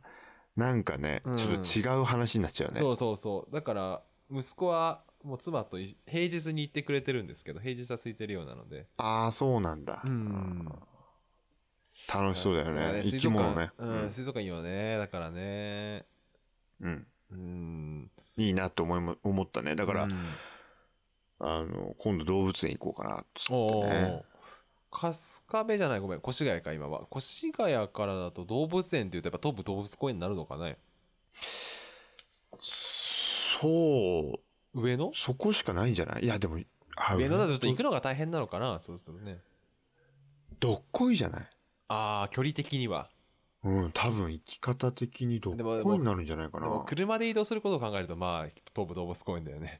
Speaker 2: なんかね、
Speaker 1: うん
Speaker 2: ちょっと違う話になっちゃうね。
Speaker 1: そうそうそうだから息子はもう妻とい平日に行ってくれてるんですけど平日は空いてるようなので
Speaker 2: ああ、そうなんだ。
Speaker 1: ん
Speaker 2: 楽しそうだよね。生
Speaker 1: 水
Speaker 2: き
Speaker 1: 族
Speaker 2: 物
Speaker 1: 館
Speaker 2: ね。
Speaker 1: うん、水族館いいよねだからね
Speaker 2: うん。
Speaker 1: うん
Speaker 2: いいなと思いも思ったね。だ
Speaker 1: だ
Speaker 2: から、
Speaker 1: うん、
Speaker 2: あの、今度動物園行こうかな、つって
Speaker 1: お
Speaker 2: ね
Speaker 1: お。春日部じゃないごめん越谷か今は越谷からだと動物園っていうとやっぱ東武動物公園になるのかね
Speaker 2: そう、
Speaker 1: 上野
Speaker 2: そこしかないんじゃないいや、でも、あ
Speaker 1: 上野だとちょっと行
Speaker 2: ど
Speaker 1: くのが大変なのかなそうするとね
Speaker 2: どっこいじゃない
Speaker 1: ああ距離的には
Speaker 2: うん、多分生き方的にどっ
Speaker 1: でもで
Speaker 2: こ
Speaker 1: も
Speaker 2: いになるんじゃないか
Speaker 1: で
Speaker 2: な。
Speaker 1: も車で移動することを考えるとまあ東武動物公園だよね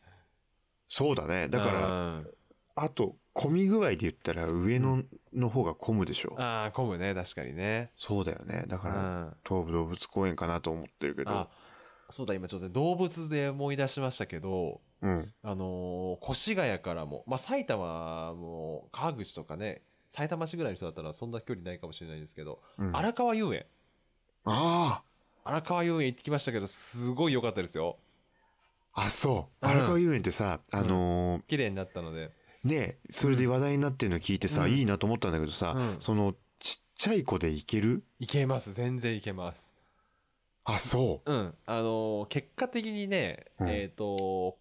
Speaker 2: そうだね。だから、
Speaker 1: うん
Speaker 2: あと、混み具合で言ったら上
Speaker 1: う
Speaker 2: のの方が混むでしょ。
Speaker 1: ああ混むね確かにね
Speaker 2: そうだよね。だ
Speaker 1: う
Speaker 2: から、
Speaker 1: ん
Speaker 2: 東武動物公園かなと思ってるけ
Speaker 1: あ
Speaker 2: ど。
Speaker 1: そうだ今ちょっとね動物で思い出しましたけど
Speaker 2: うん。
Speaker 1: あのー越谷からも、まあ、埼玉も川口とかね埼玉市ぐらいの人だったらそんな距離ないかもしれないですけど、
Speaker 2: うん
Speaker 1: 荒川遊園
Speaker 2: あ
Speaker 1: 荒川遊園行ってきましたけどすごい良かったですよ
Speaker 2: あ。あ、そう。
Speaker 1: うん
Speaker 2: 荒川遊園ってさ、あのー
Speaker 1: 綺麗になったので
Speaker 2: ねそれで話題になってるの聞いてさ、
Speaker 1: うん
Speaker 2: いいなと思ったんだけどさ、
Speaker 1: うん
Speaker 2: その、ちっちゃい子で行ける
Speaker 1: 行けます全然行けます
Speaker 2: あ、そう。
Speaker 1: うんあのー結果的にね、
Speaker 2: うん
Speaker 1: えっ、と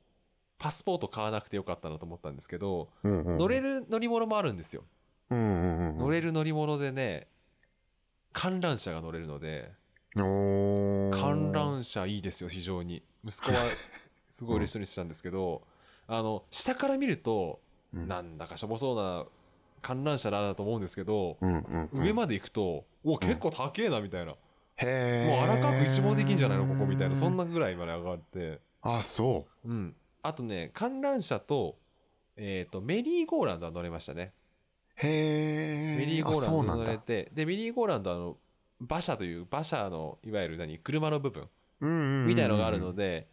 Speaker 1: パスポート買わなくてよかったなと思ったんですけど、
Speaker 2: うんうん、
Speaker 1: 乗れる乗り物もあるんですよ
Speaker 2: うんうんうんうん。
Speaker 1: 乗れる乗り物でね観覧車が乗れるので
Speaker 2: おー
Speaker 1: 観覧車いいですよ非常に息 子はすごい嬉しそうにしてたんですけど、あの下から見ると、
Speaker 2: うん
Speaker 1: なんだかしょぼそうな観覧車だなと思うんですけど、
Speaker 2: うんうんうん、
Speaker 1: 上まで行くとお結構高えなみたいな、
Speaker 2: へ
Speaker 1: もう荒川
Speaker 2: く
Speaker 1: 区一望できんじゃないのここみたいなそんなぐらいまで上がって、
Speaker 2: あそ
Speaker 1: うん、あとね観覧車と,、えー、とメリーゴーランドは乗れましたね
Speaker 2: うへえ
Speaker 1: メリーゴーランド乗
Speaker 2: そうな
Speaker 1: れ
Speaker 2: んだ
Speaker 1: てでメリーゴーランドはあの馬車という馬車のいわゆる何車の部分
Speaker 2: うんうんうんうん
Speaker 1: みたいのがあるので、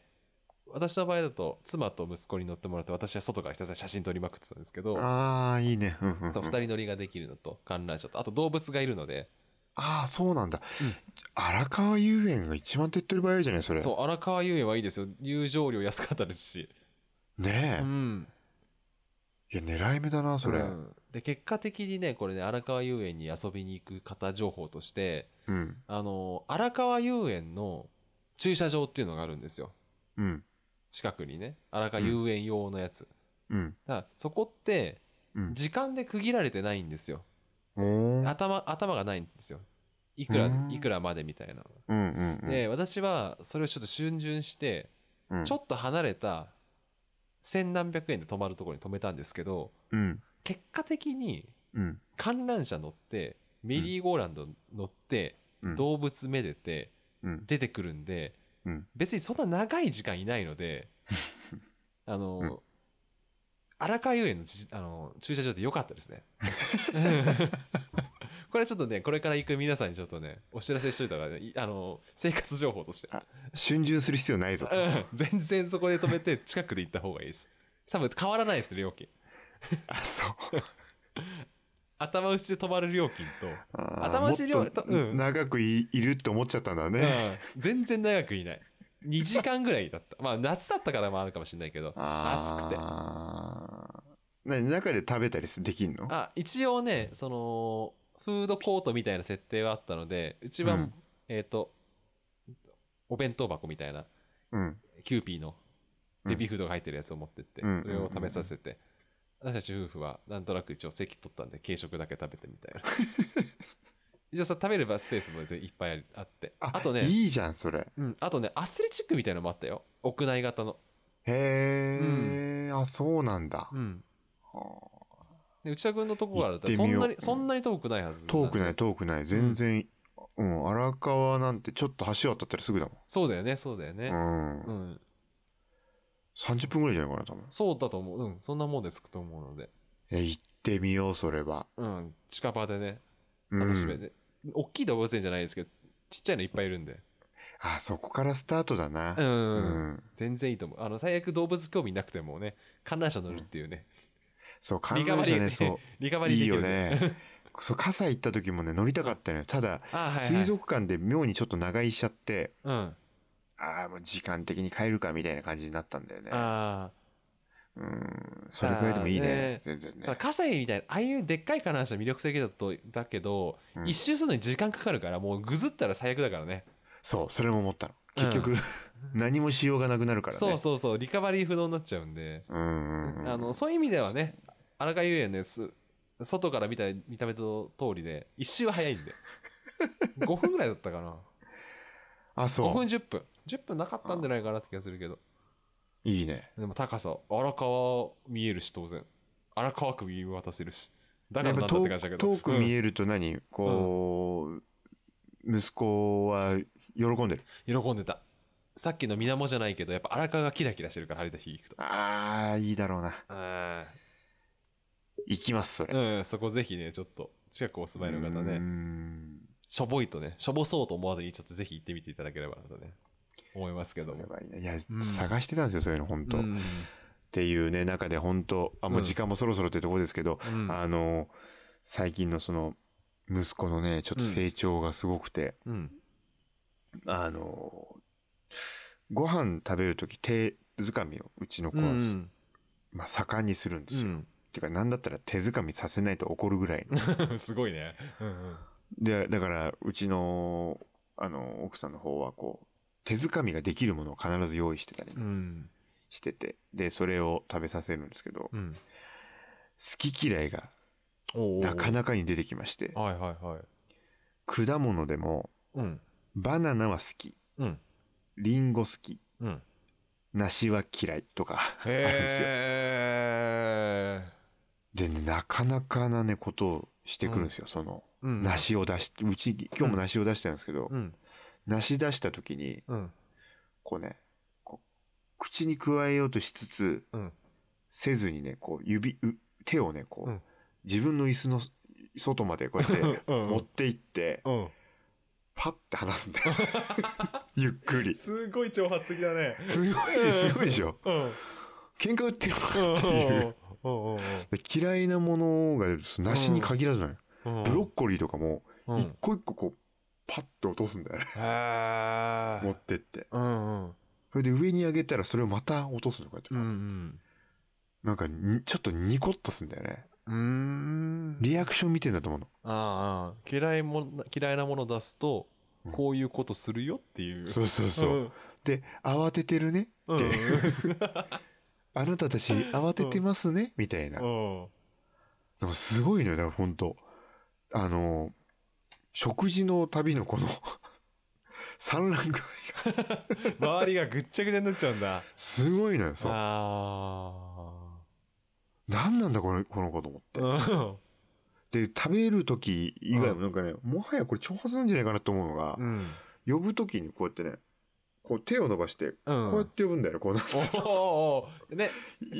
Speaker 1: 私の場合だと妻と息子に乗ってもらって私は外からひたすら写真撮りまくってたんですけど
Speaker 2: ああいいねうんうん
Speaker 1: そう2人乗りができるのと観覧車とあと動物がいるので
Speaker 2: ああそうなんだ、
Speaker 1: うん
Speaker 2: 荒川遊園が一番手っ取り早いじゃないそれ
Speaker 1: そう荒川遊園はいいですよ入場料安かったですし、
Speaker 2: ねえ、
Speaker 1: ん、
Speaker 2: いや狙い目だなそれ
Speaker 1: う
Speaker 2: うん、
Speaker 1: んで結果的にねこれね荒川遊園に遊びに行く方情報として
Speaker 2: うん
Speaker 1: あの荒川遊園の駐車場っていうのがあるんですよ
Speaker 2: うん
Speaker 1: 近くにね荒川遊園用のやつ、
Speaker 2: うん
Speaker 1: だからそこって
Speaker 2: うん
Speaker 1: 時間で区切られてないんですよ
Speaker 2: おー
Speaker 1: 頭頭がないんですよいくら
Speaker 2: うん
Speaker 1: いくらまでみたいなの
Speaker 2: うんうんうん
Speaker 1: で私はそれをちょっと逡巡して
Speaker 2: うん
Speaker 1: ちょっと離れた千何百円で泊まるところに泊めたんですけど
Speaker 2: うん
Speaker 1: 結果的に
Speaker 2: うん
Speaker 1: 観覧車乗ってメリーゴーランド乗って
Speaker 2: うん
Speaker 1: 動物めでて
Speaker 2: うん
Speaker 1: 出てくるんで
Speaker 2: うん
Speaker 1: 別にそんな長い時間いないの であの、
Speaker 2: うん
Speaker 1: 荒川遊園のじあの駐車場で良かったです ねこれちょっとねこれから行く皆さんにちょっとねお知らせしといたからねいあの生活情報として
Speaker 2: 逡巡する必要ないぞと
Speaker 1: うん 全然そこで止めて近くで行った方がいいです多分変わらないですね料金
Speaker 2: あそう
Speaker 1: 頭打ちで止まる料金と、
Speaker 2: あー
Speaker 1: 頭打ち料
Speaker 2: もっと
Speaker 1: うん
Speaker 2: 長くいいるって思っちゃったんだ
Speaker 1: う
Speaker 2: ね、
Speaker 1: ん全然長くいない2時間ぐらいだったまあ夏だったからもあるかもしれないけど暑くて
Speaker 2: くて中で食べたりすできんの
Speaker 1: あ一応ねそのフードコートみたいな設定はあったのでうちは、
Speaker 2: うん
Speaker 1: えっ、とお弁当箱みたいな
Speaker 2: うん
Speaker 1: キューピーの
Speaker 2: う
Speaker 1: ベ
Speaker 2: ん
Speaker 1: ビーフードが入ってるやつを持ってって、
Speaker 2: うん
Speaker 1: それを食べさせて、私たち夫婦はなんとなく一応席取ったんで軽食だけ食べてみ たいな一応さ食べればスペースも全然いっぱいあってあとね
Speaker 2: いいじゃんそれ
Speaker 1: うん、あとねアスレチックみたいなのもあったよ屋内型の
Speaker 2: へえ、あそうなんだ、
Speaker 1: うんで内田君のとこからだったら
Speaker 2: 行
Speaker 1: そ
Speaker 2: ってみよ
Speaker 1: ん
Speaker 2: う
Speaker 1: なにそんなに遠くないはず
Speaker 2: 遠く
Speaker 1: い
Speaker 2: ない遠くない全然、うん荒川なんてちょっと橋渡ったらすぐだ
Speaker 1: そうだよねそうだよね
Speaker 2: もん、う、
Speaker 1: うんん
Speaker 2: 30分ぐらいじゃないかな多分
Speaker 1: そうだと思う。うん。そんなもんでつくと思うので。
Speaker 2: え行ってみようそれは
Speaker 1: うん。近場でね、
Speaker 2: うん
Speaker 1: 楽しめて。大きい動物園じゃないですけど、ちっちゃいのいっぱいいるんで。
Speaker 2: あそこからスタートだな
Speaker 1: うん。
Speaker 2: うん
Speaker 1: 全然いいと思う。あの、最悪動物興味なくてもね、観覧車乗るっていうね。
Speaker 2: そう、観
Speaker 1: リカバ
Speaker 2: 覧
Speaker 1: リ
Speaker 2: 車
Speaker 1: ー、
Speaker 2: ね、 そ
Speaker 1: リカバ
Speaker 2: う、
Speaker 1: リー
Speaker 2: い
Speaker 1: で
Speaker 2: い
Speaker 1: き
Speaker 2: よ
Speaker 1: るね。
Speaker 2: ね。 そう、傘行った時もね、乗りたかったのよ。ただ、
Speaker 1: あはい、はい。
Speaker 2: 水族館で妙にちょっと長居しちゃって、
Speaker 1: うん。あ
Speaker 2: ああ、もう時間的に帰るかみたいな感じになったんだよね。
Speaker 1: あ
Speaker 2: うん、それくらいでもいいね。
Speaker 1: あーね
Speaker 2: 全然
Speaker 1: ー。
Speaker 2: ね
Speaker 1: ただ、。葛西みたいな、ああいうでっかい観覧車魅力的だと、だけど、
Speaker 2: うん
Speaker 1: 一周するのに時間かかるから、もうぐずったら最悪だからね。
Speaker 2: そう、それも思ったの。結局、 何もしようがなくなるからね。
Speaker 1: そうそうそう、リカバリー不能になっちゃうんで。
Speaker 2: うんうんうん。
Speaker 1: あのそういう意味ではね荒川遊園ねす外から見た見た目と通りで一周は早い んで5分ぐらいだったかな
Speaker 2: あ、
Speaker 1: 5分
Speaker 2: そう。
Speaker 1: 10分10分なかったんじゃないかなって気がするけど
Speaker 2: いいね。
Speaker 1: でも高さ荒川見えるし当然荒川区見渡せるしだか
Speaker 2: や
Speaker 1: ら
Speaker 2: っ
Speaker 1: なんだ
Speaker 2: ぱ
Speaker 1: って感
Speaker 2: 遠く
Speaker 1: じだけど
Speaker 2: 遠く見
Speaker 1: え、
Speaker 2: えると何こう、息子は喜んでる。
Speaker 1: うん喜んでたさっきの水面じゃないけどやっぱ荒川がキラキラしてるから晴れた日行くと
Speaker 2: ああ、いいだろうな。
Speaker 1: あ
Speaker 2: 行きます、それ。
Speaker 1: うんそこぜひねちょっと近くお住まいの方
Speaker 2: う
Speaker 1: ね
Speaker 2: ん
Speaker 1: しょぼいとねしょぼそうと思わずにちょっとぜひ行ってみていただければなとね思いますけども
Speaker 2: それはいいねいや、
Speaker 1: うん
Speaker 2: 探してたんですよ、そういうの、本当、っ
Speaker 1: ん
Speaker 2: ていうね、中で本当、あ、もう時間もそろそろってとこですけど、
Speaker 1: うん
Speaker 2: あの、最近のその、息子のね、ちょっと成長がすごくて、
Speaker 1: うん、
Speaker 2: あの、ご飯食べるとき、手づかみをうちの子
Speaker 1: う
Speaker 2: は、
Speaker 1: ん
Speaker 2: まあ、盛んにするんですよ。てか、なんだったら手づかみさせないと怒るぐらいの。
Speaker 1: うん、すごいね、うんうん、
Speaker 2: で、だから、うちの、あの、奥さんの方は、こう、手づかみができるものを必ず用意してたり
Speaker 1: うん
Speaker 2: してて、で、それを食べさせるんですけど、
Speaker 1: うん
Speaker 2: 好き嫌いが
Speaker 1: お
Speaker 2: なか
Speaker 1: な
Speaker 2: なかに出てきまして、
Speaker 1: はいはいはい
Speaker 2: 果物でも、
Speaker 1: うん
Speaker 2: バナナは好き、
Speaker 1: うん
Speaker 2: リンゴ好き、
Speaker 1: うん
Speaker 2: 梨は嫌いとかあるんですよ。
Speaker 1: へえ
Speaker 2: でね、なかなかなね、ことをしてくるんですよ、そ
Speaker 1: うん
Speaker 2: の、梨を出し、うち、今日も梨を出したんですけど、
Speaker 1: うん
Speaker 2: 梨出した時に、
Speaker 1: うん
Speaker 2: こうね、こう口に加えようとしつつ、
Speaker 1: うん
Speaker 2: せずにね、こう指、う手をね、こう、
Speaker 1: うん
Speaker 2: 自分の椅子の外までこうやって
Speaker 1: うん
Speaker 2: 持って行って、
Speaker 1: うん
Speaker 2: パッて離すんだ よ。ゆっくり。す
Speaker 1: すごい挑発的だね
Speaker 2: ごい、すごいでしょ。
Speaker 1: うん
Speaker 2: 喧嘩売ってるの
Speaker 1: うん
Speaker 2: かっていう。
Speaker 1: うんうん
Speaker 2: で嫌いなものが、梨に限らずなのよ。
Speaker 1: うん
Speaker 2: ブロッコリーとかも、
Speaker 1: うん
Speaker 2: 一個一個こう、パッて落とすんだよね。
Speaker 1: へえ
Speaker 2: 持ってって。
Speaker 1: うんうん
Speaker 2: それで上に上げたらそれをまた落とすのかと
Speaker 1: う
Speaker 2: か。
Speaker 1: ん
Speaker 2: なんかに、ちょっとニコッとすんだよね。
Speaker 1: うんうん
Speaker 2: リアクション見てんだと思うの。
Speaker 1: ああ嫌いもん嫌いなもの出すと
Speaker 2: うん
Speaker 1: こういうことするよっていう
Speaker 2: そうそうそう。で、慌ててるねって、
Speaker 1: うんうん
Speaker 2: あなたたち慌ててますね、みたいな。
Speaker 1: うん
Speaker 2: でもすごいのよ、だからほんと。あの、食事の旅のこの、 産卵具合が
Speaker 1: 周りがぐっちゃぐちゃになっちゃうんだ
Speaker 2: すごいのよ、そう。
Speaker 1: あ
Speaker 2: なんなんだ、この、この子と思
Speaker 1: あう
Speaker 2: っ
Speaker 1: ん
Speaker 2: て。で、食べる時以外もなんかね、もはやこれ挑発なんじゃないかなと思うのが、
Speaker 1: うん
Speaker 2: 呼ぶ時にこうやってね、こう手を伸ばして、こうやって呼ぶんだよね、こうなん
Speaker 1: おーおーね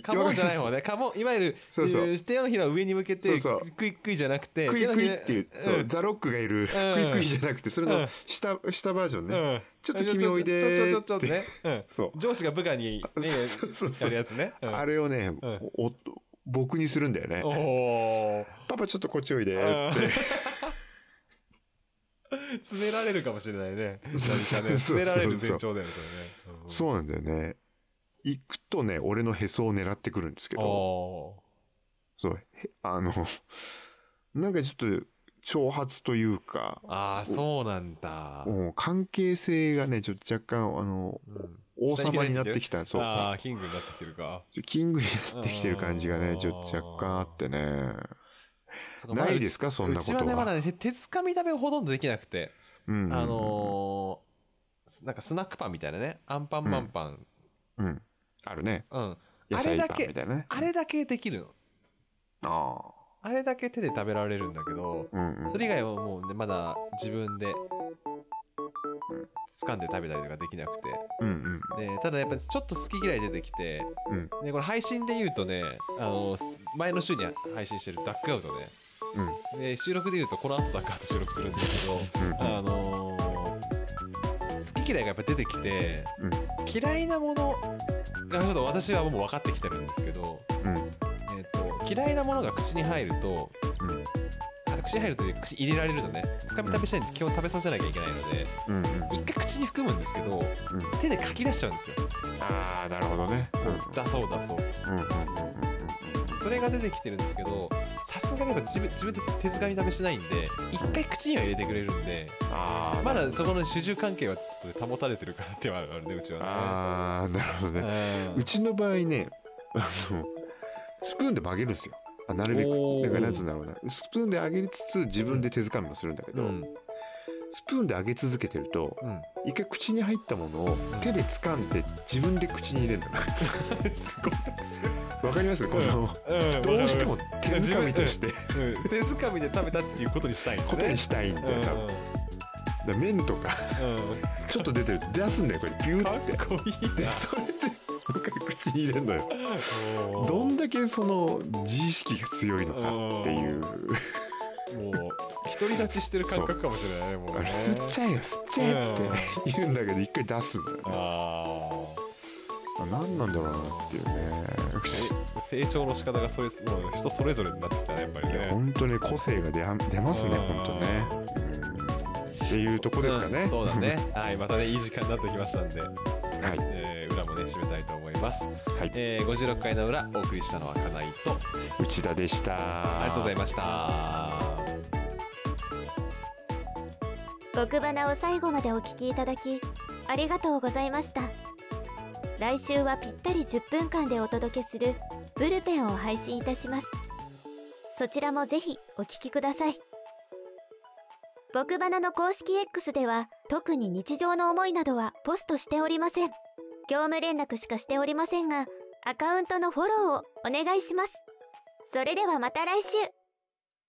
Speaker 1: カモンじゃない方ねカモンいわゆる
Speaker 2: そうそう
Speaker 1: えー手のひらを上に向けて
Speaker 2: そうそう
Speaker 1: クイックイじゃなくて
Speaker 2: クイクイっていう、
Speaker 1: 手のひ
Speaker 2: そ
Speaker 1: ら
Speaker 2: う、ザ・ロックがいる、クイクイじゃなくて、それ
Speaker 1: う
Speaker 2: の
Speaker 1: ん
Speaker 2: 下、下バージョン
Speaker 1: うん
Speaker 2: ね。
Speaker 1: うん
Speaker 2: ちょっと君おいで
Speaker 1: ち
Speaker 2: ー
Speaker 1: ょちょちょちょっとねうん
Speaker 2: そ
Speaker 1: 上司が部下に
Speaker 2: う。
Speaker 1: ね
Speaker 2: そうそうそうそ
Speaker 1: やる
Speaker 2: う。
Speaker 1: やつねうん
Speaker 2: あれをね、
Speaker 1: うん
Speaker 2: お僕にするんだよね。
Speaker 1: おお
Speaker 2: パパちょっとこっちおいで
Speaker 1: ー
Speaker 2: って。
Speaker 1: 詰められるかもしれないね
Speaker 2: そう
Speaker 1: 何かね詰められる前兆だよねそ
Speaker 2: そうなんだよね。行くとね、俺のへそを狙ってくるんですけ
Speaker 1: れね
Speaker 2: ど、
Speaker 1: お
Speaker 2: そう、へ あの、なんかちょっと挑発というか、
Speaker 1: ああそうなんだ
Speaker 2: もう関係性がね、ちょっと若干、あの、
Speaker 1: うん
Speaker 2: 王様になってきた、そう、
Speaker 1: ああキングになってきてるか
Speaker 2: ちょキングになってきてる感じが
Speaker 1: あ
Speaker 2: ね、
Speaker 1: ー
Speaker 2: ちょっと若干あってね。
Speaker 1: そっか
Speaker 2: ないですか、そんな
Speaker 1: う
Speaker 2: こ
Speaker 1: ち
Speaker 2: と
Speaker 1: はねまだ
Speaker 2: は。
Speaker 1: ね手手づかみ食べほとんどできなくて
Speaker 2: あ
Speaker 1: あのーすなんかスナックパンみたいなねアンパンマンパン
Speaker 2: うん。あるね。
Speaker 1: うん、
Speaker 2: 野
Speaker 1: あれ
Speaker 2: 菜
Speaker 1: だ
Speaker 2: パ
Speaker 1: け
Speaker 2: ンみたいなね。
Speaker 1: あれだけできるの
Speaker 2: あ
Speaker 1: あ
Speaker 2: あ。
Speaker 1: れだけ手で食べられるんだけど
Speaker 2: うんうん。
Speaker 1: それ以外はもうねまだ自分で掴んで食べたりとかできなくて
Speaker 2: うんうん。
Speaker 1: でただやっぱりちょっと好き嫌い出てきて、
Speaker 2: うん
Speaker 1: でこれ配信で言うとねあのす前の週に配信してるダックアウトね
Speaker 2: うん
Speaker 1: で収録で言うとこの後ダックアウト収録するんですけど、
Speaker 2: うん
Speaker 1: あのー好き嫌いがやっぱ出てきて、嫌いなものがちょっと私はもう分かってきてるんですけど、
Speaker 2: うん。
Speaker 1: ええっと嫌いなものが口に入ると
Speaker 2: うん
Speaker 1: あ口に入るというか口に入れられるとねつかみ食べしたいんで基本食べさせなきゃいけないので
Speaker 2: うんうん
Speaker 1: 一回口に含むんですけど手でかき出しちゃうんですよ
Speaker 2: ああなるほどね
Speaker 1: 出そう出そう
Speaker 2: うんうんうん
Speaker 1: それが出てきてるんですけどさすがにやっぱ自分自分で手づかみ食べしないんで一回口には入れてくれるんで
Speaker 2: ああ
Speaker 1: まだそこの主従関係はちょっと保たれてるからってはあるねうちは
Speaker 2: ああなるほど
Speaker 1: ね
Speaker 2: ね
Speaker 1: う
Speaker 2: うんちの場合ねあのスプーンで曲げるんですよあなるべく
Speaker 1: おー
Speaker 2: なんかなんつうんだろうなスプーンで上げりつつ自分で手づかみもするんだけ
Speaker 1: う
Speaker 2: ど、
Speaker 1: ん
Speaker 2: スプーンで上げ続けてると
Speaker 1: うん
Speaker 2: 一回口に入ったものを手で掴んで自分で口に入れるんだな
Speaker 1: すごい
Speaker 2: わかりますこのどうしても手づかみとして
Speaker 1: うん手づかみで食べたっていうことにしたいのね
Speaker 2: ことにしたいんだよ多分だから麺とか
Speaker 1: うんうん
Speaker 2: ちょっと出てると出すんだよこれビュ
Speaker 1: か
Speaker 2: ーって
Speaker 1: っこいい
Speaker 2: でそれでなんか口に入れんのよ
Speaker 1: な
Speaker 2: どんだけその自意識が強いのかっていう
Speaker 1: もう独り立ちしてる感覚かもしれないねもう
Speaker 2: あ
Speaker 1: ね
Speaker 2: れ吸っちゃえよ吸っちゃえって言うんだけど一回出すんだよね
Speaker 1: あー
Speaker 2: あ何なんだろうなっていうね
Speaker 1: え成長の仕方がそれもう人それぞれになってきたねやっぱり
Speaker 2: いや
Speaker 1: ね
Speaker 2: 本当に個性が出は出ますね
Speaker 1: うん
Speaker 2: 本当ねうんっていうとこですかね、
Speaker 1: うんそうだね はいまたねいい時間になってきましたんで、
Speaker 2: はい
Speaker 1: えー裏もね締めたいと思います、
Speaker 2: はい
Speaker 1: えー、56回の裏お送りしたのはかなと
Speaker 2: 内田でした
Speaker 1: ありがとうございました、
Speaker 3: 僕花を最後までお聞きいただきありがとうございました来週はぴったり10分間でお届けするブルペンを配信いたしますそちらもぜひお聞きください僕花の公式 X では特に日常の思いなどはポストしておりません業務連絡しかしておりませんがアカウントのフォローをお願いしますそれではまた来週